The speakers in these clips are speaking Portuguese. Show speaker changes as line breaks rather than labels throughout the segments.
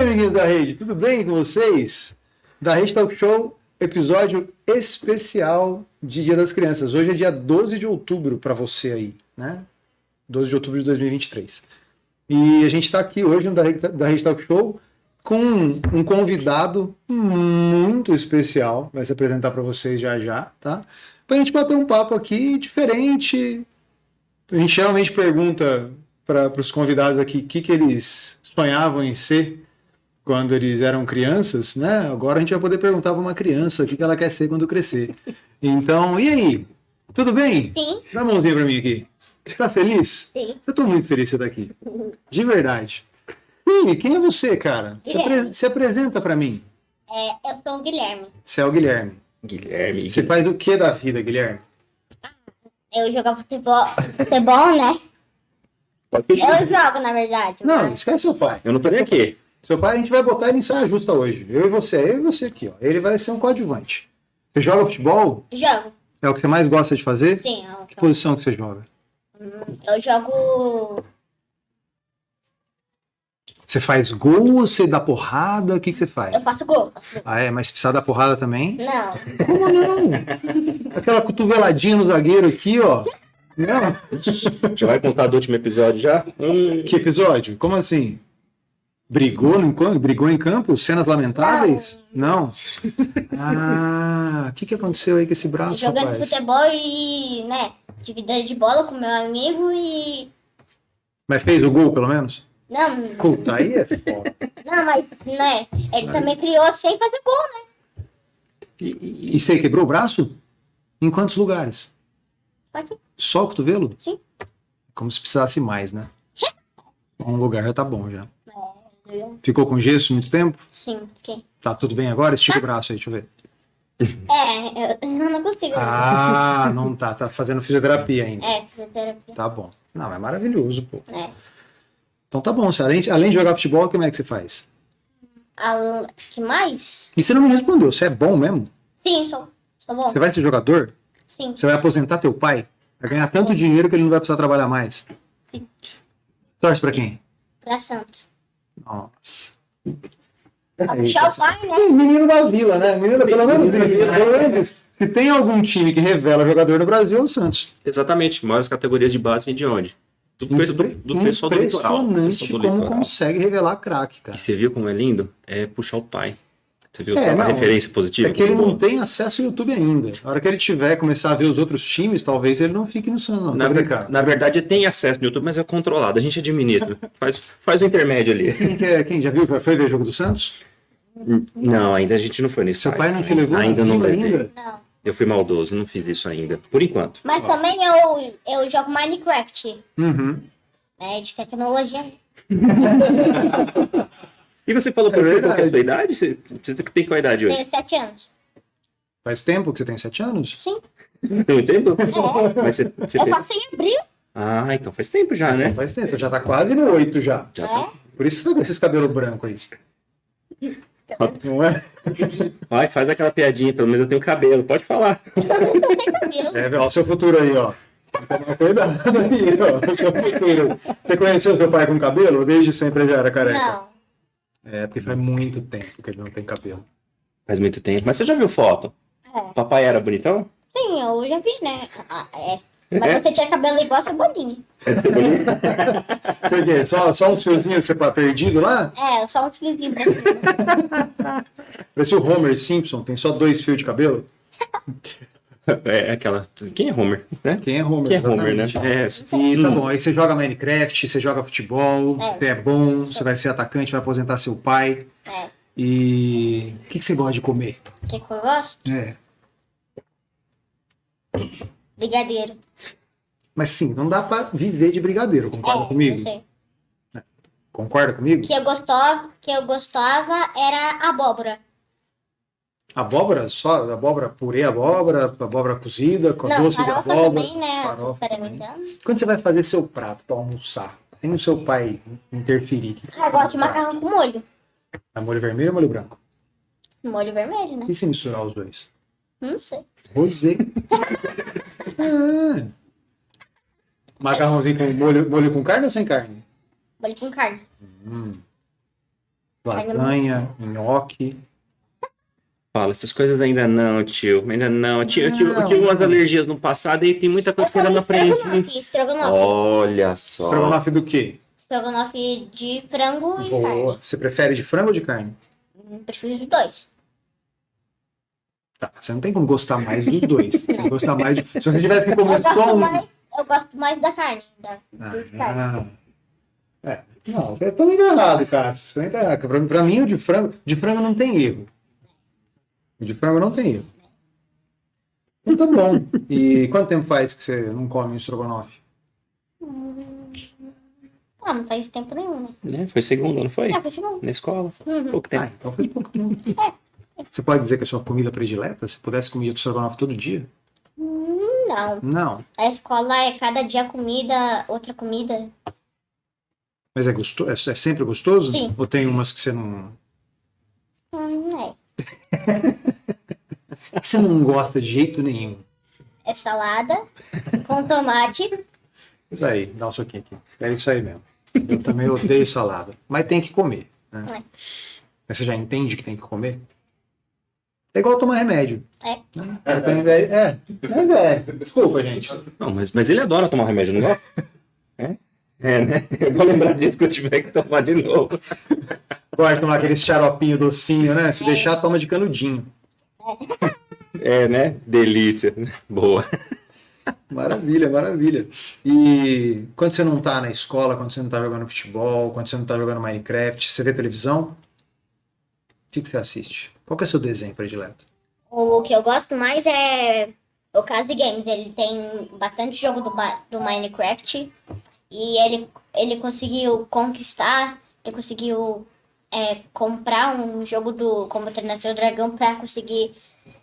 amiguinhos da rede, tudo bem com vocês? Da Rede Talk Show, episódio especial de Dia das Crianças. Hoje é dia 12 de outubro para você aí, né? 12 de outubro de 2023. E a gente está aqui hoje no da Rede, da Rede Talk Show com um convidado muito especial, vai se apresentar para vocês já já, tá? Para a gente bater um papo aqui diferente. A gente geralmente pergunta para os convidados aqui o que, que eles sonhavam em ser quando eles eram crianças, né? Agora a gente vai poder perguntar para uma criança o que, que ela quer ser quando crescer. Então, e aí? Tudo bem?
Sim.
Dá uma mãozinha para mim aqui. Você tá feliz?
Sim.
Eu tô muito feliz de você estar aqui. De verdade. E aí, quem é você, cara? Se, apre-
Guilherme.
se apresenta para mim.
É, eu sou o Guilherme.
Você é o Guilherme.
Guilherme.
Você faz o que da vida, Guilherme?
Eu jogo futebol, futebol, né?
Pode pedir.
Eu jogo, na verdade.
Não,
mas-
esquece seu pai.
Eu não tô nem aqui.
Seu pai a gente vai botar ele em saia justa hoje. Eu e você, eu e você aqui, ó. Ele vai ser um coadjuvante. Você joga futebol?
Jogo,
É o que você mais gosta de fazer?
sim. Eu
Que
jogo.
posição que você joga?
Eu jogo-
Você faz gol, você dá porrada, o que, que você faz?
Eu faço gol. Faço gol.
Ah, é, mas precisa dar porrada também?
Não,
Como não? Aquela cotoveladinha no zagueiro aqui, ó. Não?
Já vai contar do último episódio já? Hum,
Que episódio? Como assim? Brigou, no, encan- brigou em campo? Cenas lamentáveis? Não. Ah, o que, que aconteceu aí com esse braço,
jogando
rapaz?
futebol e, né, dividida de bola com meu amigo e...
Mas fez o gol, pelo menos?
Não,
Puta, aí é foda.
não, mas, né, ele também criou sem fazer gol, né?
E, e- e você quebrou o braço? Em quantos lugares?
Aqui.
Só o cotovelo?
Sim.
Como se precisasse mais, né? Um lugar já tá bom já.
Eu-
Ficou com gesso muito tempo?
Sim, fiquei.
Tá tudo bem agora? Estica o braço aí, deixa eu ver.
É, eu, eu não consigo.
Ah, não tá. Tá fazendo fisioterapia ainda.
É, fisioterapia.
Tá bom. Não, é maravilhoso, pô.
É.
Então tá bom, você, além, além de jogar futebol, como é que você faz?
A, que mais?
E você não me respondeu, você é bom mesmo?
Sim, sou, sou bom.
Você vai ser jogador?
Sim,
Você vai aposentar teu pai? Vai ganhar tanto dinheiro que ele não vai precisar trabalhar mais?
sim.
Torce pra quem?
Pra Santos.
Nossa. um
Pra
tá
puxar o pai, né?
Menino da vila, né? Menino da pelo menos isso, pelo menos isso. Se tem algum time que revela jogador no Brasil, é o Santos.
Exatamente. Maiores categorias de base vêm de onde? Do, pe- do, do pessoal do né? litoral. do
Impressionante
pessoal do
como
litoral.
consegue revelar craque, cara.
E você viu como é lindo? É puxar o pai. Você viu
É,
a
não.
referência positiva?
É que ele
Como
não tem acesso ao YouTube ainda. A hora que ele tiver, começar a ver os outros times, talvez ele não fique no Santos, não.
na,
Tô
ver-
brincando.
na verdade, tem acesso no YouTube, mas é controlado. A gente administra. faz, faz o intermédio ali.
Quem, que é- quem já viu? Foi ver o jogo do Santos?
Não, ainda a gente não foi nesse
Seu
site,
pai não te levou?
Ainda não
Ainda?
levei.
Não.
Eu fui maldoso, não fiz isso ainda. Por enquanto.
Mas
Tá
também eu, eu jogo Minecraft,
Uhum.
né? De tecnologia.
E você falou
É
pra mim qual que é a
verdade.
sua idade? Você, você tem qual idade hoje?
Tenho sete anos.
Faz tempo que você tem sete anos?
Sim.
Tem um tempo?
É.
Mas você, você
Eu
fez-
passei em abril.
Ah, então faz tempo já, né?
Faz tempo, já tá quase no oito já.
Já
É.
Por isso você tá com esses cabelos brancos aí. Não é?
Vai, faz aquela piadinha, pelo menos eu tenho cabelo, pode falar.
Abril.
É, ó, seu futuro aí, ó. Toma Cuidado aí, ó. Seu futuro. Você conheceu seu pai com cabelo? Desde sempre ele já era careca.
Não.
É, porque faz muito tempo que ele não tem cabelo.
Faz muito tempo. Mas você já viu foto?
É.
Papai era bonitão?
Sim, eu já vi, né? Ah, é. Mas você tinha cabelo igual a Cebolinha.
Por quê? Só, só uns fiozinhos você pá, perdido lá?
É, só um fiozinho pra cima.
Parece o Homer Simpson, tem só dois fios de cabelo?
É aquela. Quem é Homer? Né?
Quem é Homer?
Quem é Homer, né?
Exatamente.
É.
E tá bom, aí você joga Minecraft, você joga futebol,
É.
você é bom, você vai ser atacante, vai aposentar seu pai.
É.
E o que, que você gosta de comer?
Que que eu gosto?
É.
Brigadeiro.
Mas sim, não dá pra viver de brigadeiro, concorda
É,
comigo?
não sei.
Concorda comigo?
Que eu gostava, que eu gostava era abóbora.
Abóbora, só abóbora purê, abóbora, abóbora cozida, com
não,
doce de
farofa
abóbora.
também, né?
farofa
Experimentando.
Quando você vai fazer seu prato pra almoçar, sem o seu pai interferir, o que que você
Ah, Eu
faz
gosto de
no prato?
macarrão com molho.
É molho vermelho ou molho branco?
Molho vermelho, né?
E se misturar os dois?
Não sei.
Rosé. Ah. Macarrãozinho com molho, molho com carne ou sem carne?
Molho com carne.
lasanha, nhoque.
Fala, essas coisas ainda não, tio. Ainda não. Tio, eu tive- eu tive
Não.
umas alergias no passado e tem muita coisa que ainda não aprendi.
estrogonofe, estrogonofe.
Olha só.
Estrogonofe do quê?
Estrogonofe de frango e
Boa. Você prefere de frango ou de carne?
carne. Prefiro os dois.
Tá, você não tem como gostar mais dos dois. Tem que gostar mais de... Se você tivesse que comer
Eu
só
gosto,
um.
mais, eu gosto mais da carne. Da, de carne.
Ah, é. Não, você também tá errado, cara. Você também tá errado. Pra, mim- pra mim, o de frango, de frango não tem erro. O de frango não tem erro. Então tá bom. E quanto tempo faz que você não come um estrogonofe?
Ah, não faz tempo nenhum. né?
Né? Foi segunda, não foi?
Ah, foi segundo.
Na escola.
Uhum.
Pouco
Ah,
tempo.
então faz pouco tempo. Você pode dizer que é sua comida predileta? Se pudesse comer estrogonofe todo dia?
Hum, Não.
Não.
A escola é cada dia comida, outra comida.
Mas é gostoso? É, é sempre gostoso?
Sim.
Ou tem umas que você não.
Hum, é.
que você não gosta de jeito nenhum?
É salada com tomate.
Isso aí, dá um soquinho aqui. É isso aí mesmo. Eu também odeio salada. Mas tem que comer. Né?
É.
Mas você já entende que tem que comer? É igual tomar remédio.
É.
Né? Eu tenho ideia- É, é ideia. Desculpa, gente.
Não, mas, mas ele adora tomar remédio, não gosta? É? É, né? Eu vou lembrar disso que eu tiver que tomar de novo.
Gosta de tomar aquele xaropinho docinho, né?
É.
Se deixar, toma de canudinho.
É, né? Delícia. Boa.
Maravilha, maravilha. E quando você não tá na escola, quando você não tá jogando futebol, quando você não tá jogando Minecraft, você vê televisão? O que, que você assiste? Qual que é o seu desenho predileto?
O que eu gosto mais é o Case Games. Ele tem bastante jogo do, ba- do Minecraft. E ele, ele conseguiu conquistar, ele conseguiu é, comprar um jogo do Como Treinar Seu Dragão pra conseguir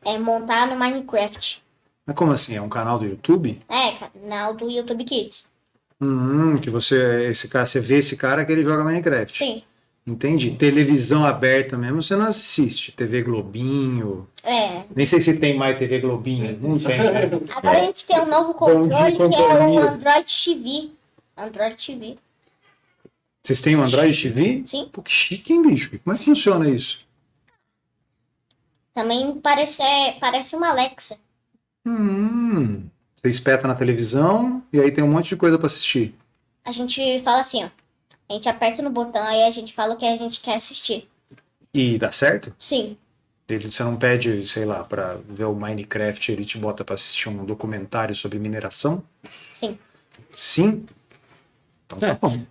é, montar no Minecraft.
Mas como assim? É um canal do YouTube?
É, canal do YouTube Kids.
Hum, que você, esse cara, você vê esse cara que ele joga Minecraft.
Sim.
Entendi. Televisão aberta mesmo, você não assiste. TV Globinho.
É.
Nem sei se tem mais TV Globinho. Não tem, né?
Agora a gente tem um novo
Bom dia,
controle que é o
companhia.
Android TV. Android TV.
Vocês têm um Android TV?
Sim.
Pô, que chique, hein, bicho? Como é que funciona isso?
Também parece, é, parece uma Alexa.
Hum. Você espeta na televisão e aí tem um monte de coisa pra assistir.
A gente fala assim, ó. A gente aperta no botão, aí a gente fala o que a gente quer assistir.
E dá certo?
Sim.
Ele, você não pede, sei lá, pra ver o Minecraft, ele te bota pra assistir um documentário sobre mineração?
Sim.
Sim? Então tá
É.
bom.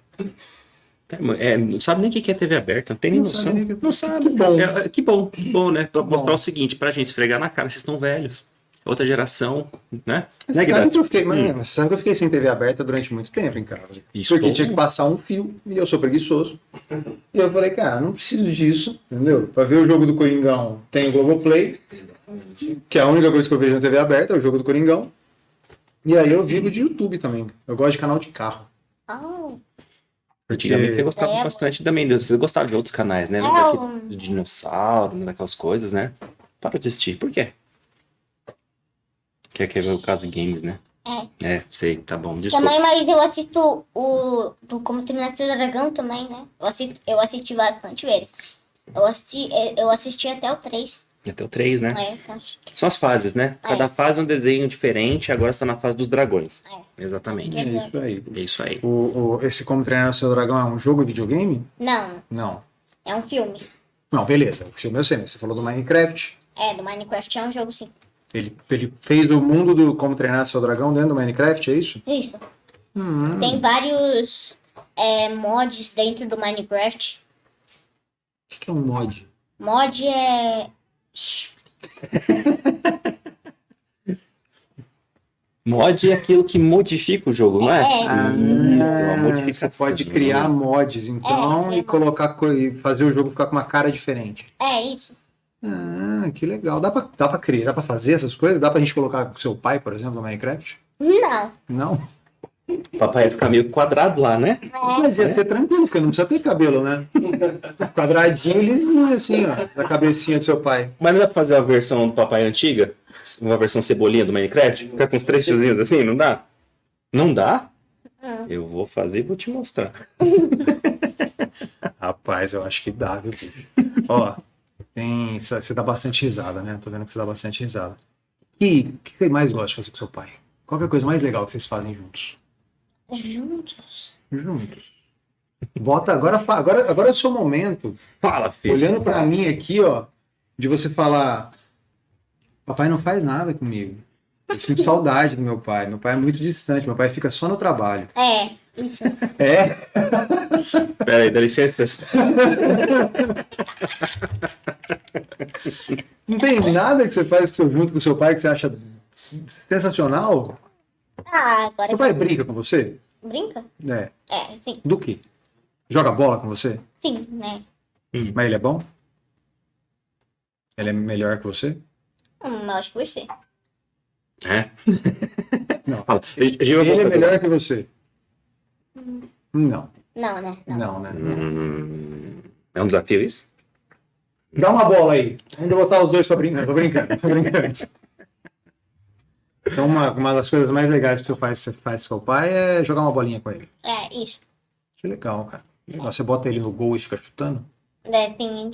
É, não sabe nem o que que é TV aberta, não tem nem
Não
noção.
sabe nem o que-
não
Que
sabe.
bom.
É, é, que bom, que bom, né? Pra
Bom.
mostrar o seguinte, pra gente esfregar na cara, vocês estão velhos. Outra geração, né? Né,
Sabe
Guilherme? Hum.
que eu fiquei, mas, mas sabe que eu fiquei sem TV aberta durante muito tempo em casa?
Isso
Porque
todo
tinha que passar um fio e eu sou preguiçoso. E eu falei, cara, não preciso disso, entendeu? Pra ver o jogo do Coringão tem o Globoplay, que é a única coisa que eu vejo na TV aberta, é o jogo do Coringão. E aí eu vivo de YouTube também. Eu gosto de canal de carro.
Ah,
Antigamente você gostava
É,
bastante também, de- você gostava de outros canais, né?
É,
Daquele-
o-
De dinossauro, daquelas coisas, né? Para de assistir. Por quê? Quer, quer ver o caso games, né? É. sei, tá bom, desculpa.
também, mas eu assisto o do Como Terminar Seu Dragão também, né? Eu, assisto, eu assisti bastante eles. Eu assisti, eu assisti até o 3.
Até o 3, né?
É, eu acho que
São as fases, né? Cada fase é um desenho diferente, agora está na fase dos dragões.
É.
Exatamente.
É isso aí.
É isso aí.
O, o- esse Como Treinar o Seu Dragão é um jogo de videogame?
Não,
Não.
é um filme.
Não, beleza. O filme eu sei, mas você falou do Minecraft.
É, do Minecraft é um jogo, sim.
Ele, ele fez o mundo do Como Treinar o Seu Dragão dentro do Minecraft, é isso?
Isso.
Hum.
Tem vários é, mods dentro do Minecraft.
O que que é um mod?
Mod é.
Mod é aquilo que modifica o jogo, não é?
É.
Ah,
Isso, a
você
modificação.
pode criar mods, então,
É,
e colocar co- e fazer o jogo ficar com uma cara diferente.
É isso.
Ah, que legal. Dá pra, dá pra criar, dá pra fazer essas coisas? Dá pra gente colocar com seu pai, por exemplo, no Minecraft?
Não.
Não.
Papai ia ficar meio quadrado lá, né?
Mas ia ser tranquilo, porque não precisa ter cabelo, né? Quadradinho e lisinho, assim, ó, da cabecinha do seu pai.
Mas não dá pra fazer uma versão do Papai antiga? Uma versão cebolinha do Minecraft? Ficar com os três tiozinhos assim, não dá? Não dá?
Hum.
Eu vou fazer e vou te mostrar.
Rapaz, eu acho que dá, viu, bicho? Ó, tem, você dá bastante risada, né? Tô vendo que você dá bastante risada. E o que você mais gosta de fazer com seu pai? Qual que é a coisa mais legal que vocês fazem juntos?
Juntos.
Juntos. Bota agora, fa- agora, agora é o seu momento.
Fala, filho.
Olhando pra mim aqui, ó, de você falar: Papai não faz nada comigo. Eu sinto saudade do meu pai. Meu pai é muito distante. Meu pai fica só no trabalho.
É, isso.
É? Peraí, dá licença, pessoal.
Não tem nada que você faz que você junto com seu pai que você acha sensacional?
Ah, agora
Seu pai brinca com você?
brinca?
É.
É, sim.
Do que? Joga bola com você?
Sim, né?
Mas ele é bom? Ele é melhor que você?
Hum, eu acho que você.
É?
Não.
Fala. Ele é
Ele é melhor que você? Não,
Não, né? Não.
não, né?
Hum, é um desafio isso?
Dá uma bola aí. Vamos botar os dois pra brincar. Tô brincando, tô brincando. Então, uma, uma das coisas mais legais que você faz, você faz com o pai é jogar uma bolinha com ele.
É, isso.
Que legal, cara. É Legal. Você bota ele no gol e fica chutando?
É, tem.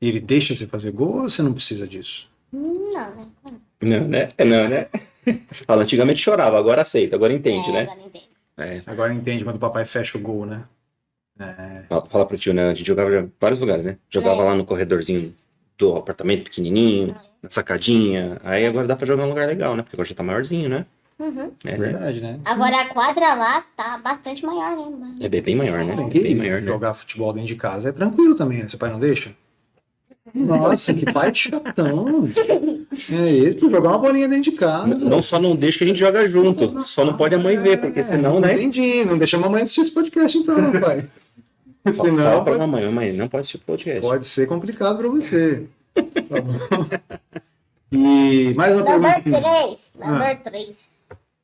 E ele deixa você fazer gol ou você não precisa disso?
Não, né? Não.
Não, né? É, Não, né? Fala, antigamente chorava, agora aceita, agora entende,
é,
né?
agora entendo.
É.
Agora entende quando o papai fecha o gol, né? É.
Fala- Fala pro tio, né? A gente jogava em vários lugares, né? Jogava
É.
lá no corredorzinho do apartamento pequenininho, na sacadinha.
É.
Aí agora dá pra jogar em um lugar legal, né? Porque agora já tá maiorzinho, né?
Uhum.
É
É, né?
verdade, né?
Agora a quadra lá tá bastante maior, né? mano?
É bem bem maior, né?
Tem que
Bem maior, né?
jogar futebol dentro de casa. É tranquilo também, né? Seu pai não deixa? Nossa, que pai chatão. É isso, pra jogar uma bolinha dentro de casa.
Não só não deixa que a gente joga junto, só não pode a mãe ver, porque
É,
senão, né?
Entendi, não deixa a mamãe assistir esse podcast então, rapaz.
Fala
senão
pra
pode,
mamãe, mamãe, não pode assistir o podcast.
pode ser complicado pra você. Tá bom? E
É
mais uma
Number
pergunta.
3. Number
Ah.
3.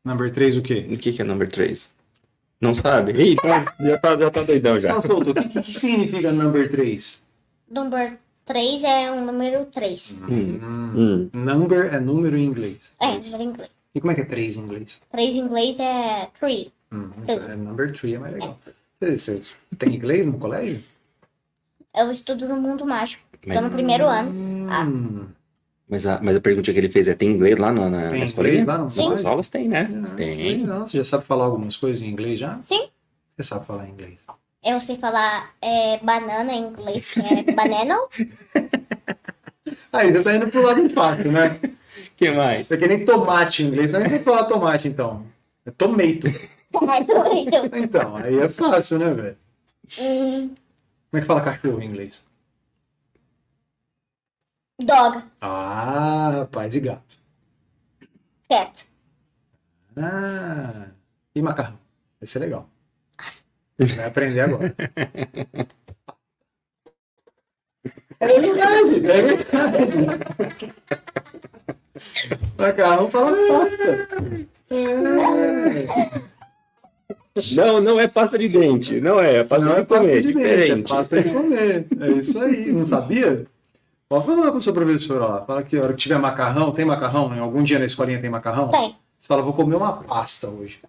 Number 3 o quê?
O que, que é número 3? Não sabe? Ih, tá- já, tá, já tá doidão já.
Não, solto, um o que, que significa number 3?
Number 3 é um número 3.
Hum. Hum.
Number é número em inglês.
É, número em inglês.
E como é que é 3 em inglês?
3 em inglês é 3.
Hum, então é number 3 é mais legal. Você, você tem inglês no colégio?
Eu É estudo no mundo mágico.
Mas- é.
Tô Tá no primeiro ano. Ah.
Hum,
Mas, a, mas a pergunta que ele fez é: tem inglês lá na, na,
tem
na escola?
inglês lá no
Sim.
As
colégio?
aulas tem, né?
Não,
Tem.
Não, é, você já sabe falar algumas coisas em inglês já?
Sim.
Você sabe falar inglês.
Eu sei falar é, banana em inglês, que é banana.
Aí você tá indo pro lado fácil, né?
que mais?
Você quer nem tomate em inglês, você nem tem que falar tomate então. É tomato.
É, doido.
Então, aí é fácil, né, velho?
Hum,
Como é que fala cachorro em inglês?
dog,
Ah, rapaz, e gato.
cat.
Ah, e macarrão. Vai ser legal. Vai aprender agora. É verdade, é verdade. Macarrão fala pasta. É.
Não, não é pasta de dente. Não é, é pasta
Não
de
é pasta
comer,
de dente, é
diferente.
pasta de comer. É isso aí, não sabia? Pode falar com o seu professor lá. Fala que a hora que tiver macarrão, tem macarrão? Em algum dia na escolinha tem macarrão?
Tem.
Você fala, vou comer uma pasta hoje.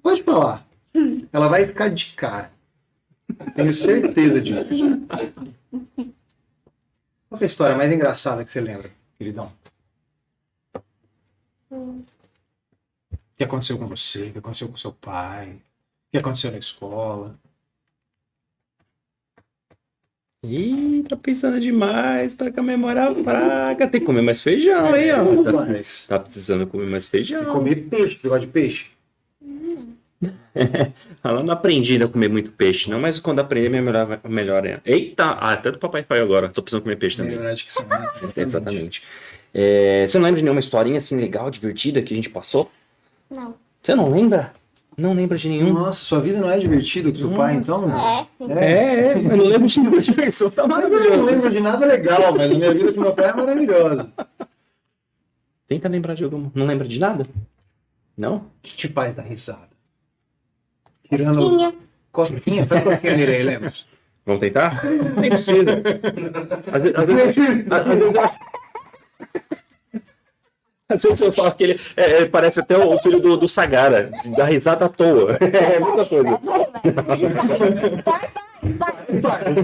Pode falar. Ela vai ficar de cara. Tenho certeza disso. Qual que é a história mais engraçada que você lembra, queridão? O que aconteceu com você? O que aconteceu com seu pai? O que aconteceu na escola?
Ih, tá pensando demais, tá com a memória fraca. Tem que comer mais feijão,
É,
hein, ó. Tá,
Mas-
tá precisando comer mais
E
feijão.
comer peixe, você gosta de peixe?
Ela Ah, não aprendi ainda a comer muito peixe, não, mas quando aprender, minha melhor, vai- melhor é. Eita, ah, até do papai foi agora. Tô precisando comer peixe também.
Melhorar a dicção, né?
Exatamente. É, você não lembra de nenhuma historinha assim legal, divertida que a gente passou?
Não.
Você não lembra? Não lembra de nenhum?
Nossa, sua vida não é divertida que o pai, então?
É, sim.
É, é, mas não lembro de nenhuma diversão, tá
Mas eu não
maravilhoso.
lembro de nada legal, mas a minha vida com meu pai é maravilhosa.
Tenta lembrar de alguma. Não lembra de nada? Não?
O que te faz dar risada? Tirando
Tinha.
cosquinha, faz cosquinha nele aí, lembra?
Vamos tentar? Nem precisa. Às vezes, às vezes- às vezes eu- às vezes eu falo que ele é, é, parece até o filho do, do Sagara, da risada à toa. É muita coisa.
Vai, vai, vai. Vai, vai.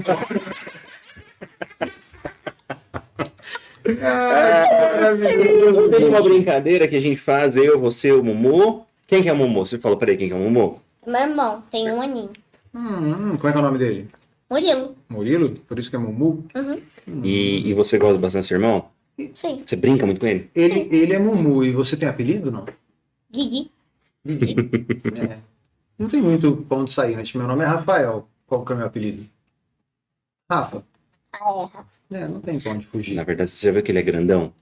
Ah,
Eu tenho uma brincadeira que a gente faz, eu, você, o Mumu. Quem que é o Mumu? Você falou, peraí, quem que é o Mumu?
Meu irmão tem um aninho.
Hum, hum, como é que é o nome dele?
Murilo.
Murilo? Por isso que é Mumu? Hum.
E, e você gosta bastante do seu irmão?
Sim.
Você brinca muito com ele?
Ele, ele é Mumu e você tem apelido, não?
Gigi.
É. Não tem muito pão de sair, né? Tipo, Meu nome é Rafael. Qual que é o meu apelido? Rafa.
Ah, é, Rafa.
É, não tem pão de fugir.
Na verdade, você já viu que ele é grandão?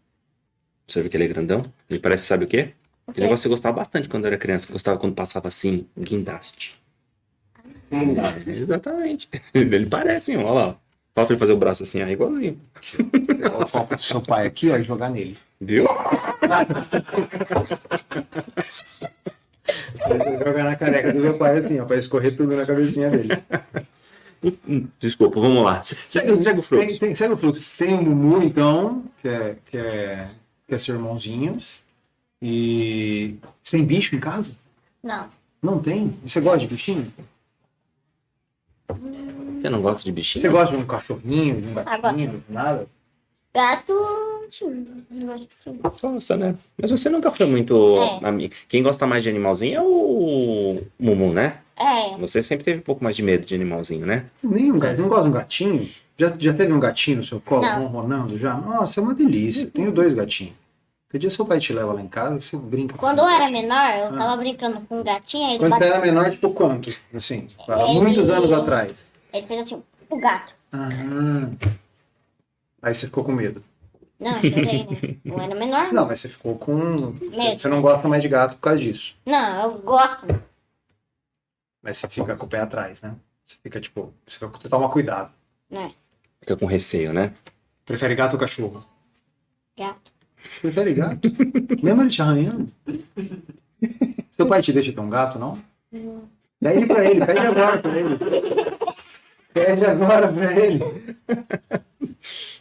Você viu que ele é grandão? Ele parece, sabe o quê?
O
Que negócio que eu gostava bastante quando eu era criança. Gostava quando passava assim, guindaste. Guindaste. Exatamente. Ele parece, hein? Olha lá. Fala pra ele fazer o braço assim, ó, igualzinho.
Pegar o copo do seu pai aqui, ó, e jogar nele.
Viu?
Jogar na careca do meu pai assim, ó, pra escorrer tudo na cabecinha dele.
Desculpa, vamos lá. Segue, segue o fruto.
Tem, tem, segue o fruto. Tem o Mumu, então, que é, que é, que é seu irmãozinho. E. Você tem bicho em casa?
Não.
Não tem? Você gosta de bichinho?
Você não gosta de
Você
bichinho?
gosta de um cachorrinho, de um
Agora.
gatinho, de nada?
Gato. sim, eu gosto de sim.
Gosta, né? Mas você nunca foi muito
É.
amigo. Quem gosta mais de animalzinho é o Mumu, né?
É.
Você sempre teve um pouco mais de medo de animalzinho, né?
Nem um gatinho. Não gosta de um gatinho? Já, já teve um gatinho no seu colo,
Não.
ronronando já? Nossa, é uma delícia. Eu tenho dois gatinhos. Que dia seu pai te leva lá em casa, você brinca. com
Quando eu
os
era
gatinhos.
menor, eu tava brincando com um gatinho, aí ele,
Ah. Quando você
bateu,
era menor, tipo quanto? Assim, há
Ele-
muitos anos atrás.
ele fez assim, o gato.
Ah. Aí você ficou com medo.
Não, eu chorei, né? Eu era menor.
Não, mas você ficou com.
Medo.
Você não gosta mais de gato por causa disso.
Não, eu gosto.
Mas você fica com o pé atrás, né? Você fica tipo. Você vai tomar cuidado.
Né?
Fica com receio, né?
Prefere gato ou cachorro?
Gato.
Prefere gato? Mesmo ele te arranhando? Seu pai te deixa ter um gato, não? Dá ele pra ele, pede agora pra ele. Pede agora pra ele.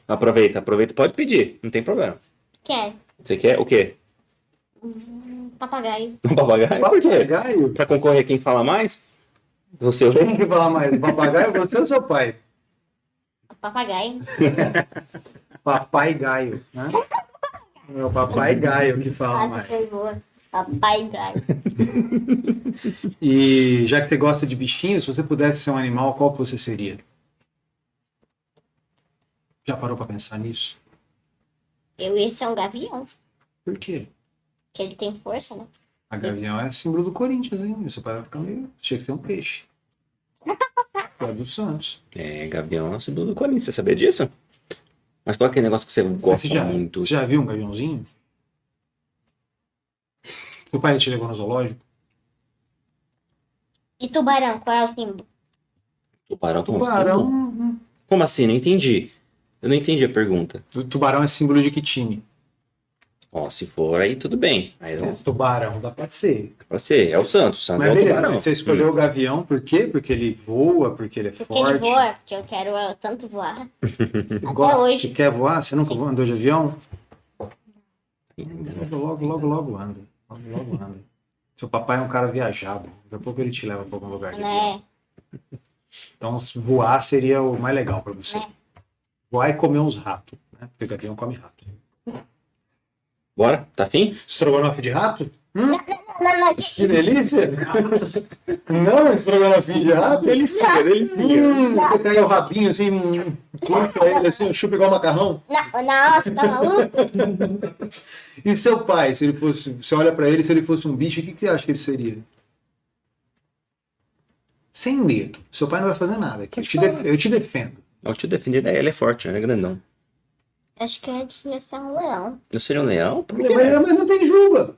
Aproveita, aproveita. Pode pedir, não tem problema.
Quer?
Você quer o quê?
Um papagaio.
Um papagaio? Por quê?
Papagaio?
Pra concorrer quem fala mais? Você é ou
Quem que fala mais? Papagaio, é você ou seu pai?
Um papagaio.
Papai gaio, né? É o papai gaio que fala
Quase
mais.
foi é boa. Papai gaio.
E já que você gosta de bichinhos, se você pudesse ser um animal, qual que você seria? Já parou pra pensar nisso?
Eu ia ser um gavião,
Por quê?
que ele tem força, né?
A gavião é símbolo do Corinthians, hein? Seu pai vai ficar meio. Tinha que ser um peixe. É do Santos.
É, Gavião é o segundo do Corinthians, você sabia disso? Mas qual é aquele negócio que você
Mas
gosta
Você já,
muito?
você já viu um gaviãozinho? Seu pai te levou no zoológico?
E tubarão, qual é o símbolo?
Tubarão. como-
Tubarão. hum,
Como assim? Não entendi. Eu não entendi a pergunta.
O tubarão é símbolo de que time? É,
Ó, se for aí, tudo bem. Aí não
Tubarão, dá pra ser.
é pra ser. É o Santos. O Santos
Mas
é o
beleza,
Tubarão.
você escolheu o gavião por quê? Porque ele voa, porque ele é
Porque
forte.
ele voa, porque eu quero eu, tanto voar.
Você
Até
gosta-
hoje.
Você quer voar? Você nunca voa- andou de avião?
Hum.
Logo, logo, logo, logo anda. Logo, logo anda. Seu papai é um cara viajado. Daqui a pouco ele te leva pra algum lugar. de avião.
Né?
Então se voar seria o mais legal pra você.
É.
Voar e comer uns ratos. Né? Porque gavião come rato.
Bora? Tá fim?
Estrogonofe de rato? Hum,
Não, não, que-
que delícia! Não, é estrogonofe de rato?
Delicinha, delicinha.
Hum, você pega o rabinho assim, hum, puxa ele assim, chupa igual macarrão.
não, nossa, tá maluco?
E seu pai, se ele fosse, você olha pra ele, se ele fosse um bicho, o que que você acha que ele seria? Sem medo. Seu pai não vai fazer nada. aqui. Eu te, def- eu te defendo.
Eu te defender, ele é forte, ele é grandão.
Acho que eu devia ser um leão.
Eu seria um leão? Por
Mas, é
quê?
mas não tem juba.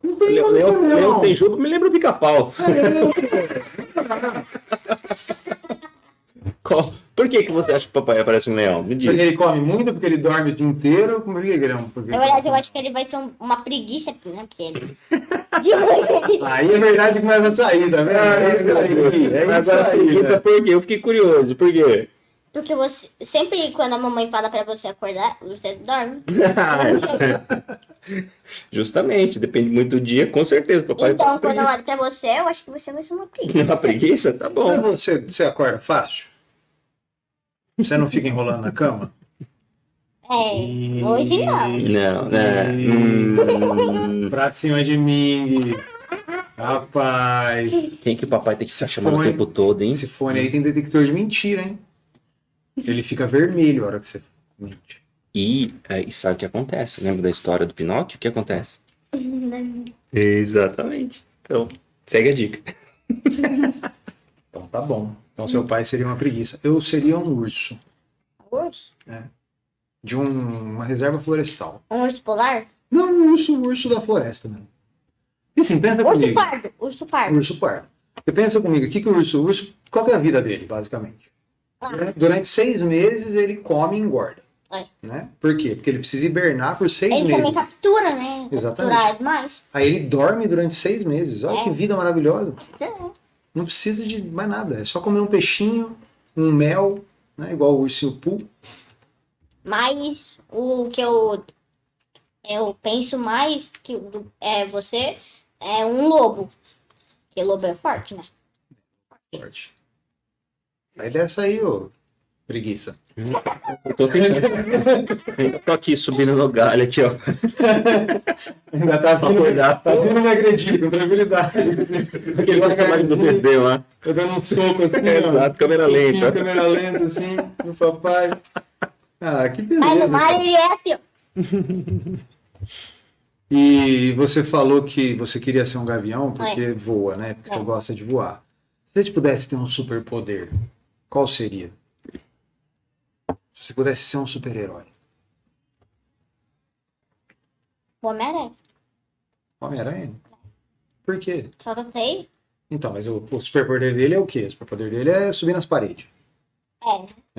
Não tem
Leão,
como
leão,
fazer,
leão
não. é
tem jogo, me lembra o pica-pau.
um-
Qual- Por que, que você acha que o papai parece um leão? Me
Porque
diz.
ele come muito, porque ele dorme o dia inteiro. Como é que ele é? um- porque-
Na verdade, eu acho que ele vai ser um- uma preguiça, né? Porque ele. De manhã.
Aí a verdade começa a sair, tá vendo? É isso aí. É
Mas
isso
agora
aí.
pergunta
né?
por quê? Eu fiquei curioso, por quê?
Porque você. Sempre quando a mamãe fala pra você acordar, você dorme.
Justamente, depende muito do dia, com certeza. Papai tá
Então,
com
quando eu olho pra você, eu acho que você vai ser uma
preguiça.
preguiça.
Uma preguiça? Tá
Mas
bom.
você, você acorda fácil? Você não fica enrolando na cama?
É, hoje não.
Não, né? Hum,
Pra cima de mim. Rapaz.
quem que o papai tem que se chamando o
Põe.
tempo todo, hein?
Esse fone aí tem detector de mentira, hein? Ele fica vermelho a hora que você mente.
E, é, e sabe o que acontece? né? Lembra da história do Pinóquio? O que acontece?
Não.
Exatamente. Então, segue a dica.
Então tá bom. Então seu pai seria uma preguiça. Eu seria um urso
um Urso?
de um- uma reserva florestal.
Um urso polar?
Não, um urso, um urso da floresta, né? E assim, pensa
Urso
comigo.
pardo. Urso pardo.
Urso pardo. Você pensa comigo, o que, que o urso, o urso. Qual que é a vida dele, basicamente? Durante- Durante seis meses ele come e engorda.
Ah. É.
Né? Por quê? Porque ele precisa hibernar por seis
Ele
meses.
também captura, né?
é Exatamente.
Capturar demais.
Aí ele dorme durante seis meses. Olha
É.
que vida maravilhosa.
Então,
Não precisa de mais nada. É só comer um peixinho, um mel, né? Igual o ursinho Poo.
Mas o que eu, eu penso mais que o do- é você é um lobo. Porque lobo é forte, né?
Forte. Sai dessa aí, ô. Preguiça.
Eu tô tentando. Eu tô aqui subindo no galho aqui, ó.
Ainda tá
Pra acordar.
Tá vindo me agredir, com tranquilidade.
Porque ele gosta mais do desenho lá.
Eu dando um soco assim, ó.
É, Exato, câmera
Pouquinho,
lenta.
Câmera lenta, assim, no papai. Ah, que beleza.
Mas no mar
cara.
ele é assim, ó.
E você falou que você queria ser um gavião porque voa, né? Porque
É.
você gosta de voar. Se você pudesse ter um superpoder, qual seria? Se você pudesse ser um super-herói.
O é, né? Homem-Aranha.
Homem-Aranha? Por quê?
Só notei.
Então, mas o, o superpoder dele é o quê? O superpoder dele é subir nas paredes.
É,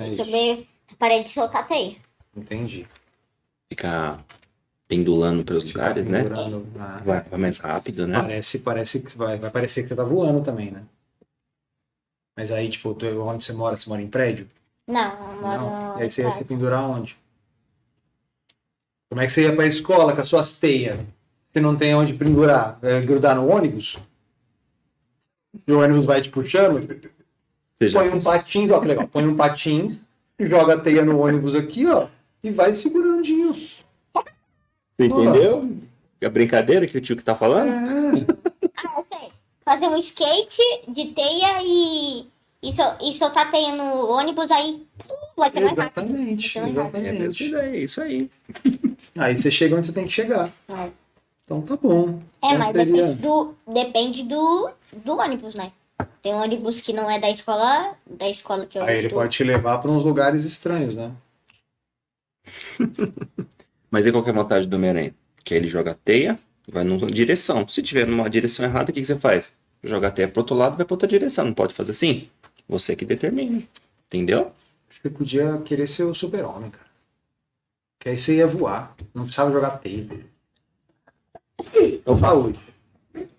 É
eu
isso.
também parei de soltar a teia.
Entendi.
Ficar pendulando pelos
Ficar
lugares, né?
tá pendurando na-
Vai, vai mais rápido, né?
Parece, parece que vai, vai parecer que você tá voando também, né? Mas aí, tipo, tu- onde você mora? Você mora em prédio?
Não, eu moro
Não.
no
E aí você ia se
Brasil.
pendurar onde? Como é que você ia pra escola com as suas teias? Você não tem onde pendurar? É, grudar no ônibus? E o ônibus vai te puxando?
Você já-
Põe um patins, ó, que legal. Põe um patins, joga a teia no ônibus aqui, ó, e vai segurandinho.
Você entendeu? A brincadeira que o tio que tá falando?
É.
Ah, eu sei. Fazer um skate de teia e, e, sol- e soltar a teia no ônibus, aí pum, vai ser mais rápido.
Exatamente,
Você vai errar.
É a mesma
exatamente.
ideia, é isso aí.
Aí você chega onde você tem que chegar.
É.
Então tá bom.
É,
Então
mas
seria-
depende, do, depende do, do ônibus, né? Tem ônibus que não é da escola, da escola que eu
Aí ele
tô.
pode te levar pra uns lugares estranhos, né?
Mas e qual que é a vantagem do Homem-Aranha? Que aí ele joga a teia, vai numa direção. Se tiver numa direção errada, o que, que você faz? Joga a teia pro outro lado, vai pra outra direção. Não pode fazer assim? Você que determina. Entendeu?
Você podia querer ser o super-homem, cara. Que aí você ia voar. Não precisava jogar teia. Então tá hoje.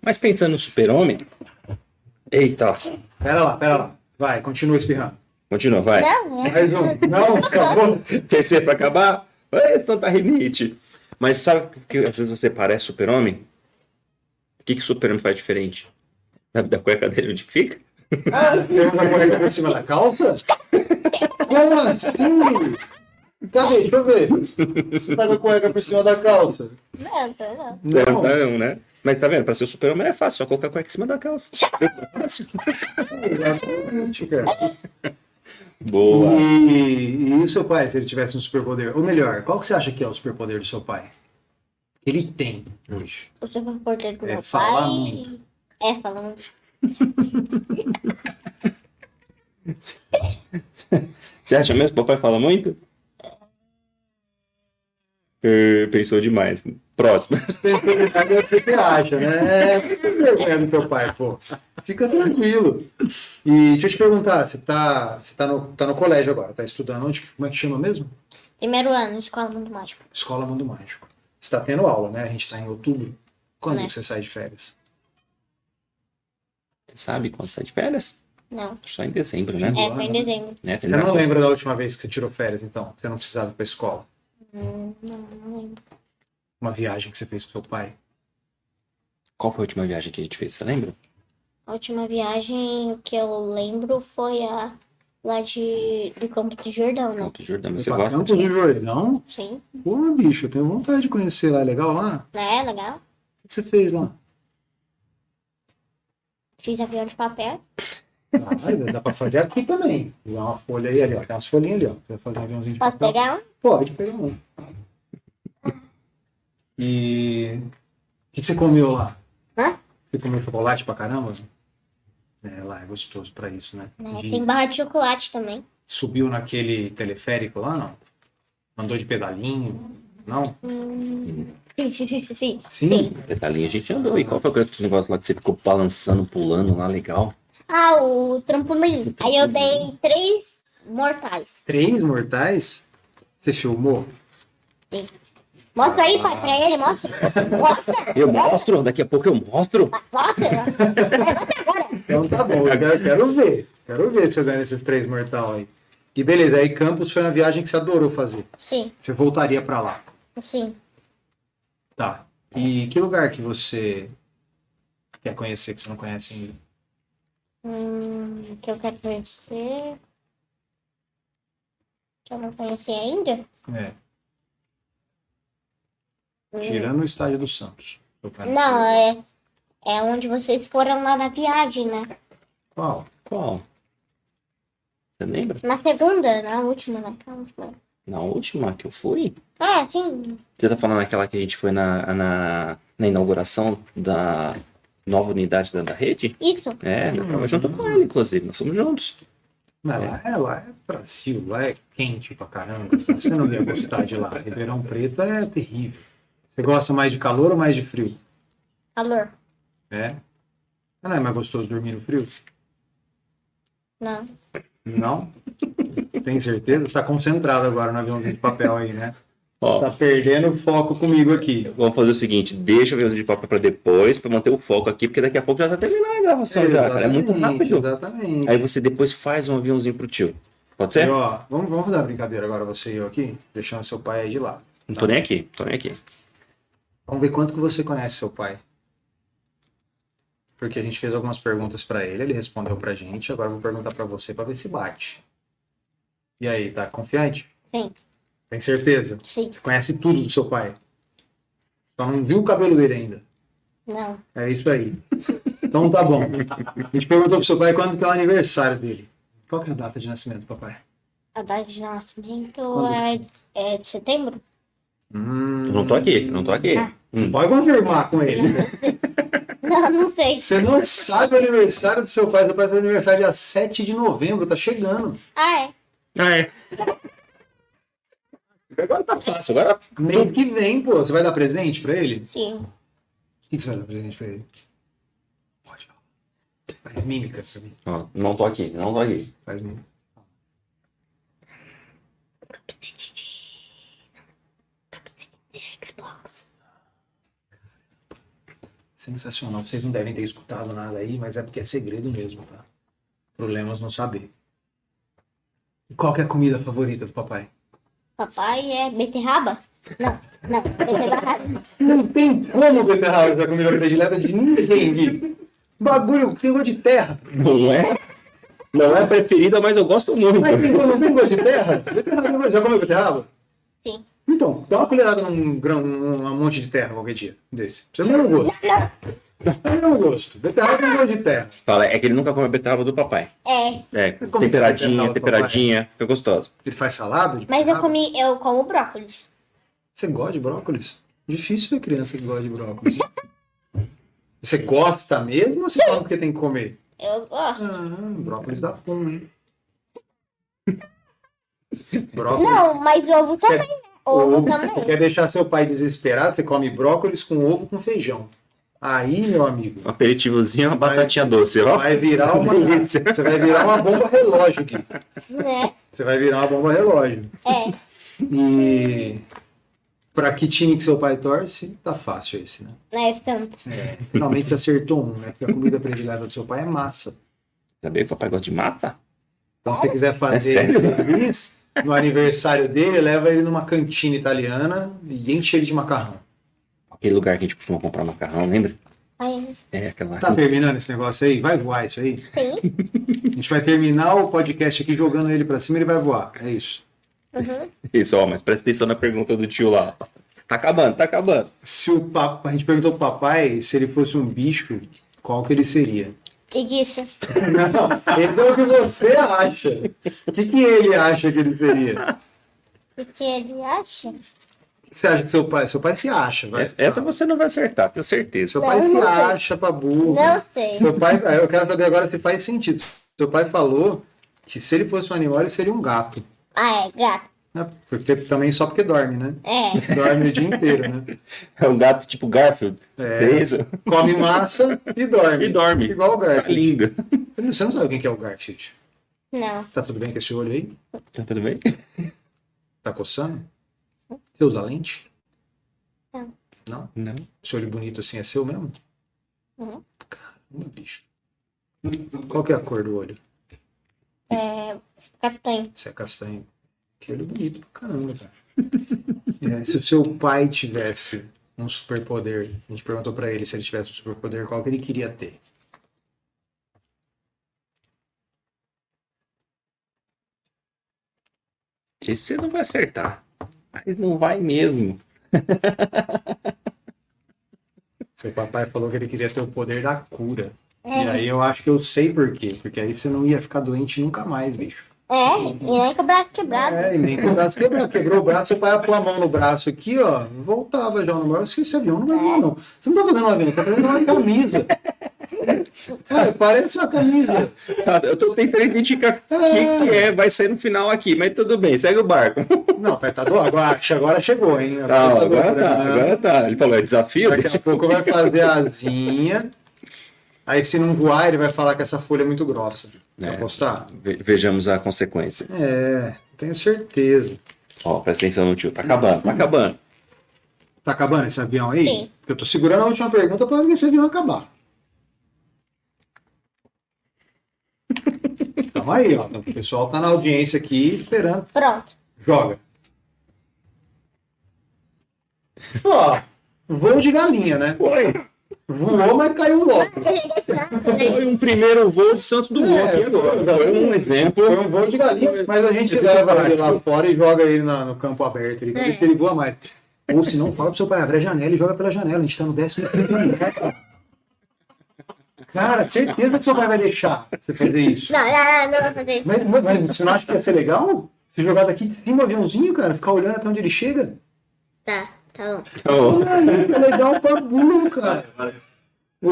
Mas pensando no super-homem. Eita, ó.
Pera lá, pera lá. Vai, continua espirrando.
continua, vai.
Não, é.
Mais um. Não, acabou.
Terceiro pra acabar. Oi, Santa Rinite. Mas sabe que às vezes você parece super-homem? O que, que o super-homem faz diferente? Sabe da cueca dele onde que fica?
Ah, tem uma cueca por cima da calça? Como assim? Cadê? Deixa eu ver. Você tá com a cueca por cima da calça?
Não, não,
Não.
não.
Não, né? Mas tá vendo? Pra ser super-homem é fácil, só colocar a cueca em cima da calça. É Fácil.
Exatamente, cara.
Boa.
E, e o seu pai, se ele tivesse um superpoder? Ou melhor, qual que você acha que é o superpoder do seu pai? Ele tem hoje.
O superpoder do
É,
meu
falar
pai.
muito.
É, falando.
Você acha mesmo que o papai fala muito? Eh, pensou demais. Próximo.
Sabe o que você acha, né? É, fica com vergonha do teu pai, pô. Fica tranquilo. E deixa eu te perguntar, você tá, você tá, no, tá no colégio agora, tá estudando onde? Como é que chama mesmo?
Primeiro ano, escola muito mágica.
Escola Mundo Mágico. Você tá tendo aula, né? A gente tá em outubro. Quando
Né.
que você sai de férias?
Você sabe quando sai de férias?
Não.
Só em dezembro, né?
É, foi em dezembro.
Né?
Você não lembra da última vez que você tirou férias, então? que Você não precisava ir pra escola?
Hum, Não, não lembro.
Uma viagem que você fez com seu pai.
Qual foi a última viagem que a gente fez? Você lembra?
A última viagem que eu lembro foi a lá de do Campo do Jordão, né?
Campo do Jordão. Mas você
Pra
gosta
Campos
de...
do Jordão?
Sim,
Pô, bicho, eu tenho vontade de conhecer lá. É legal lá?
né? Legal.
O que você fez lá?
Fiz avião de papel.
Ah, dá- dá pra fazer aqui também. Tem uma folha aí, ali, ó. Tem umas folhinhas ali, ó. Você vai fazer um aviãozinho de
Posso
papel.
pegar um?
Pode pegar um. E o que, que você comeu lá?
Hã?
Você comeu chocolate pra caramba? É, lá é gostoso pra isso, né?
Né?
De-
Tem barra de chocolate também.
Subiu naquele teleférico lá, não? Andou de pedalinho, não?
Sim, sim, sim, sim, sim.
Sim.
Detalhinho a gente andou. E qual foi aquele outro negócio lá que você ficou balançando, pulando lá, legal?
Ah, o trampolim. Aí eu dei três mortais.
Três mortais? Você filmou?
Mostra aí, pai, pra ele, mostra. Mostra,
Eu mostro, daqui a pouco eu mostro.
mostra.
Então tá bom, eu quero, quero ver. Quero ver você ganha esses três mortal aí. E beleza, aí Campos foi uma viagem que você adorou fazer.
Sim,
Você voltaria pra lá.
sim.
Tá. E que lugar que você quer conhecer que você não conhece ainda?
Hum, que eu quero conhecer. Que eu não conheci ainda.
É,
Hum.
tirando o estádio do Santos. Eu quero
Não,
ver.
é. É onde vocês foram lá na viagem, né?
Qual?
Qual? Você lembra?
Na segunda, na última, naquela última.
Na última que eu fui?
Ah, sim.
Você tá falando aquela que a gente foi na, na, na inauguração da nova unidade da, da rede?
Isso.
É,
Hum.
eu tava junto com ele, inclusive. Nós somos juntos.
Não, lá, é, lá é Brasil, lá é quente pra caramba. Você não ia gostar de lá. Ribeirão Preto é terrível. Você gosta mais de calor ou mais de frio?
Calor.
É? Ah, Não é mais gostoso dormir no frio?
Não.
Não? Tem certeza? Você tá concentrado agora no aviãozinho de papel aí, né?
Ó,
Tá perdendo o foco comigo aqui.
Vamos fazer o seguinte, deixa o avião de papel pra depois, pra manter o foco aqui, porque daqui a pouco já tá terminando a gravação já, cara. É muito
Exatamente,
rápido. É
Exatamente.
Aí você depois faz um aviãozinho pro tio. Pode ser?
E, ó, vamos, vamos fazer uma brincadeira agora, você e eu aqui, deixando seu pai aí de lado.
Não tô nem aqui, tô nem aqui.
Vamos ver quanto que você conhece seu pai. Porque a gente fez algumas perguntas pra ele, ele respondeu pra gente, agora eu vou perguntar pra você pra ver se bate. E aí, tá confiante?
Sim.
Tem certeza?
Sim.
Você conhece tudo do seu pai. Só não viu o cabelo dele ainda.
Não.
É isso aí. Então tá bom. A gente perguntou pro seu pai quando que é o aniversário dele. Qual que é a data de nascimento, papai?
A data de nascimento
Quando?
é, é de setembro?
Hum,
Eu não tô aqui, não tô aqui. Hum.
Pode confirmar com ele.
Não, não sei.
Você não sabe o aniversário do seu pai. Seu pai faz aniversário dia 7 de novembro, tá chegando.
Ah, é.
Ah, é. Agora tá fácil, agora
Mês que vem, pô. Você vai dar presente pra ele?
Sim.
O que que você vai dar presente pra ele? Pode falar. Faz mímica pra mim.
Ó, não tô aqui, não tô aqui.
Faz mímica.
Capacete de. Capacete de Xbox.
Sensacional. Vocês não devem ter escutado nada aí, mas é porque é segredo mesmo, tá? Problemas não saber. E qual que é a comida favorita do papai?
Papai é beterraba? Não, não. Beterraba.
Não tem como beterraba essa comida predileta de ninguém, Gui. Bagulho, tem gosto de terra.
Não é? Não é a preferida, mas eu gosto muito.
Mas tem, não tem gosto de terra? Beterraba tem gosto. Já comeu beterraba?
Sim.
Então, dá uma colherada num grão, num um monte de terra qualquer dia desse. Você não é o gosto. É o mesmo gosto. Beterraba tem gosto de terra.
Fala, é que ele nunca comeu beterraba do papai.
É.
É,
Como que é beterraba
temperadinha,
do
temperadinha, fica gostosa.
Ele faz salada? de
Mas é eu
beterraba?
comi, eu como brócolis.
Você gosta de brócolis? Difícil ver criança que gosta de brócolis. Você gosta mesmo ou você fala porque tem que comer?
Eu gosto.
Ah, brócolis dá pum, hein? Brócolis.
Não, mas ovo também, né? Ovo
Você
também.
quer deixar seu pai desesperado? Você come brócolis com ovo com feijão. Aí, meu amigo,
Um aperitivozinho, uma batatinha doce, ó.
vai virar uma.
Delícia.
Você vai virar uma bomba relógio, Gui.
Né?
Você vai virar uma bomba relógio.
É.
E. Pra que time que seu pai torce, tá fácil esse, né?
Né, tanto.
É, finalmente você acertou um, né? Porque a comida predileta do seu pai é massa.
Sabia que o papai gosta de mata?
Então, se você quiser fazer
É sério?
feliz, no aniversário dele, leva ele numa cantina italiana e enche ele de macarrão.
Aquele lugar que a gente costuma comprar macarrão, lembra?
Aí,
É aquela.
Tá terminando esse negócio aí? Vai voar isso aí?
sim.
A gente vai terminar o podcast aqui jogando ele pra cima e ele vai voar. É isso.
Uhum.
Isso, ó, mas presta atenção na pergunta do tio lá. Tá acabando, tá acabando.
Se o papo, a gente perguntou pro papai se ele fosse um bicho, qual que ele seria?
Preguiça.
Não, esse é o que você acha. O que, que ele acha que ele seria?
O que ele acha?
Você acha que seu pai, seu pai se acha, vai?
Essa, essa você não vai acertar, tenho certeza.
Seu pai se
Não.
acha pra burro.
Não sei.
Seu pai, é, eu quero saber agora se faz sentido. Seu pai falou que se ele fosse um animal, ele seria um gato.
Ah, é, gato.
né? Porque também só porque dorme, né?
É.
Dorme o dia inteiro, né?
É um gato tipo Garfield.
É.
É isso?
Come massa e dorme.
E dorme.
Igual o Garfield.
Linda.
Você não sabe quem que é o Garfield.
Não.
Tá tudo bem com esse olho aí?
Tá tudo bem?
Tá coçando? Você usa lente?
Não.
Não?
Não.
Esse olho bonito assim é seu mesmo?
Uhum.
Caramba, bicho. Qual que é a cor do olho?
É. Castanho.
Você é castanho. Que olho bonito pra caramba, cara. É, se o seu pai tivesse um superpoder, a gente perguntou pra ele se ele tivesse um superpoder, qual que ele queria ter?
Esse você não vai acertar. Mas não vai mesmo.
Seu papai falou que ele queria ter o poder da cura. E
É.
aí eu acho que eu sei por quê. Porque aí você não ia ficar doente nunca mais, bicho.
É. E nem com o braço quebrado.
É, e nem com o braço quebrado. Quebrou o braço, seu pai apoiou a mão no braço aqui, ó. Voltava já no braço. Esse avião não vai voar, não. Você não tá fazendo um avião, você tá fazendo uma camisa. Cara, parece uma camisa.
Ah, Eu tô tentando identificar o que, que é, vai ser no final aqui, mas tudo bem, segue o barco.
Não, pai, tá do agora, agora chegou, hein?
Tá,
tá
agora
dobrando,
tá,
né?
agora tá. Ele falou, é desafio?
Daqui a pouco vai fazer a asinha. Aí se não voar, ele vai falar que essa folha é muito grossa. Quer
É.
apostar?
Ve- Vejamos a consequência.
É, tenho certeza.
Ó, presta atenção no tio, tá acabando, tá acabando.
Tá acabando esse avião aí?
Sim.
Eu tô segurando a última pergunta pra ver se o avião acabar. Calma Então, aí, ó. O pessoal tá na audiência aqui esperando.
Pronto.
Joga. Ó, voo de galinha, né?
Foi,
Voou, mas caiu logo.
foi um primeiro voo de Santos Dumont
É,
aqui agora. Foi um exemplo.
Foi um voo de galinha, mas a gente
Esse
leva ele
prático.
lá tipo, fora e joga ele na- no campo aberto. Ele, ver se ele voa mais. Ou se não, fala pro seu pai, abre a janela e joga pela janela. A gente tá no décimo quinto andar, cara. Cara, certeza que seu pai vai deixar você fazer isso.
Não, não, não, não vou fazer isso.
Mas, mas- mas você não acha que ia ser legal? Se jogar daqui de cima o aviãozinho, cara, ficar olhando até onde ele chega?
Tá, tá bom.
Ó,
É legal pra burro, cara. O...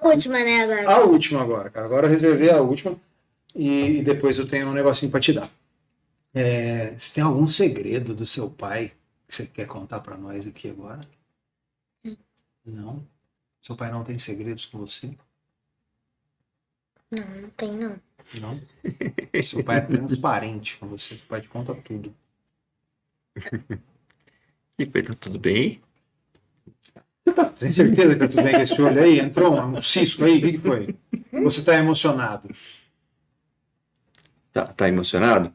A última, né, agora?
A última agora, cara. Agora eu reservei a última e, e depois eu tenho um negocinho pra te dar. É, se tem algum segredo do seu pai que você quer contar pra nós aqui agora? Não? Seu pai não tem segredos com você?
Não, não tem, não.
Não? Seu pai é transparente com você. Seu pai te conta tudo.
E foi, tá tudo bem?
Tem certeza que tá tudo bem com esse olho aí? Entrou um, um cisco aí? O que que foi? Você tá emocionado?
Tá, tá emocionado?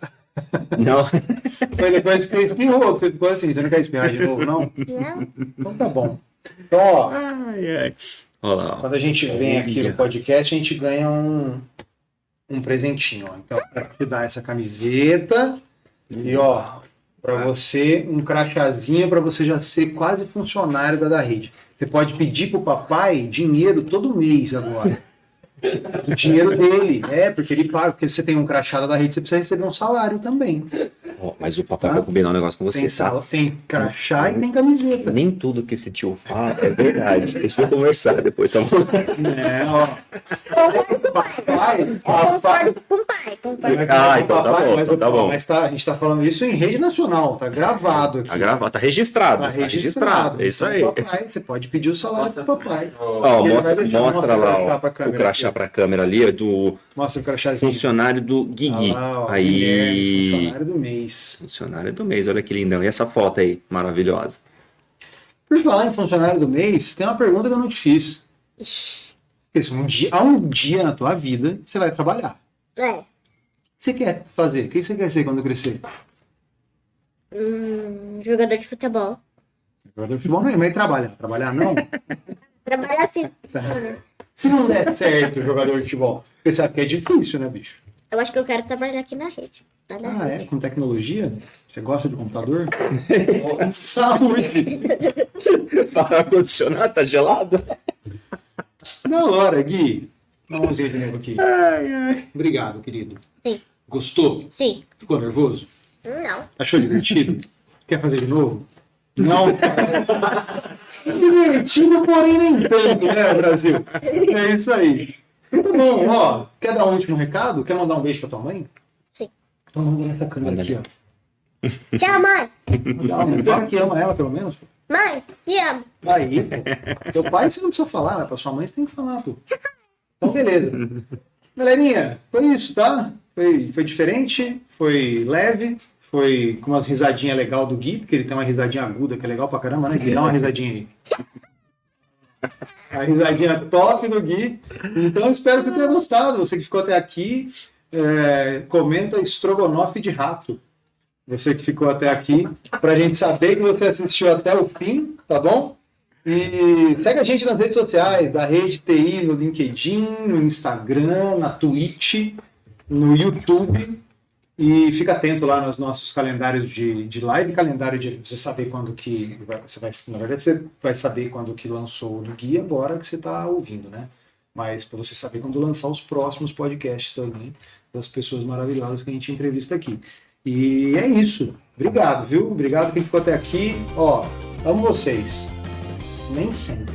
Não,
Foi depois que você espirrou, que você ficou assim. Você não quer espirrar de novo, não?
Não?
Então tá bom. Então, ó.
Ai, ai. Olha lá, ó.
Quando a gente vem aqui no podcast, a gente ganha um, um presentinho. ó. Então, pra te dar essa camiseta. E, ó, pra você, um crachazinho pra você já ser quase funcionário da da rede. Você pode pedir pro papai dinheiro todo mês agora. O dinheiro dele, é, porque ele paga. Porque se você tem um crachá da rede, você precisa receber um salário também.
Ó, mas o papai
Tá?
vai combinar um negócio com você,
Tem,
tá?
sal, tem crachá e tem camiseta.
Nem tudo que esse tio fala é verdade. Deixa eu conversar depois, tá bom?
É, ó. Papai, papai,
Concordo com o pai. Concordo.
Mas,
Ah,
mas,
então tá
papai,
bom,
mas,
então tá bom.
mas tá- a gente tá falando isso em rede nacional, tá gravado aqui.
Tá gravado, tá registrado.
Tá registrado.
É isso aí.
Então, papai, você pode pedir o salário pro papai.
Ó,
Ele vai
mostra,
deixar
mostra
o
lá
crachá
ó,
pra câmera
o crachá
aqui.
pra câmera ali, é do
Mostra o crachazinho.
funcionário do Guigui.
Ah lá, ó, Guilherme,
aí.
funcionário do mês.
Funcionário é do mês, olha que lindão. E essa foto aí, maravilhosa.
Por falar em funcionário do mês, tem uma pergunta que eu não te fiz.
Ixi.
Porque se um dia, há um dia na tua vida, você vai trabalhar. O
É.
que você quer fazer? O que você quer ser quando crescer?
Hum, jogador de um futebol.
Jogador de futebol não é, mas trabalhar. Trabalhar não?
Trabalhar assim.
Se não der certo o jogador de futebol, você sabe que é difícil, né, bicho?
Eu acho que eu quero trabalhar aqui na rede. Tá na
Ah, é?
rede.
Com tecnologia? Você gosta de computador? Saúde!
Tá ar-condicionado, tá gelado?
Da hora, Gui. Dá um de novo aqui.
Ai, ai.
Obrigado, querido.
Sim.
Gostou?
Sim.
Ficou nervoso?
Não.
Achou divertido? Quer fazer de novo? Não. divertido, porém nem tanto, né, Brasil? É isso aí. Muito bom, ó. Quer dar um último recado? Quer mandar um beijo pra tua mãe?
Sim.
Então manda nessa câmera
Manda
aqui,
ali.
ó.
Tchau, mãe.
Legal, mano. Fala que ama ela, pelo menos.
Mãe, te amo.
Aí, pô. Teu pai você não precisa falar, mas pra sua mãe você tem que falar, pô. Então, beleza. Galerinha, foi isso, tá? Foi, foi diferente, foi leve, foi com umas risadinhas legal do Gui, porque ele tem uma risadinha aguda que é legal pra caramba, né, Gui? Dá uma risadinha aí. A risadinha top do Gui. Então, espero que tenha gostado. Você que ficou até aqui, é, comenta estrogonofe de rato. Você que ficou até aqui, pra gente saber que você assistiu até o fim, tá bom? E segue a gente nas redes sociais, da Rede TI, no LinkedIn, no Instagram, na Twitch, no YouTube. E fica atento lá nos nossos calendários de, de live, calendário de você saber quando que. vai- Você vai, na verdade, você vai saber quando que lançou o do Guia agora que você está ouvindo, né? Mas para você saber quando lançar os próximos podcasts também das pessoas maravilhosas que a gente entrevista aqui. E é isso. Obrigado, viu? Obrigado quem ficou até aqui. Ó, amo vocês nem sempre.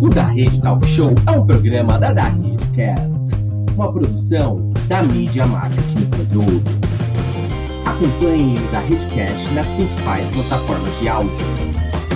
O Da Rede Talk Show é um programa da Da Rede Cast, uma produção da mídia marketing e produto. Acompanhe o Da Rede Cast nas principais plataformas de áudio.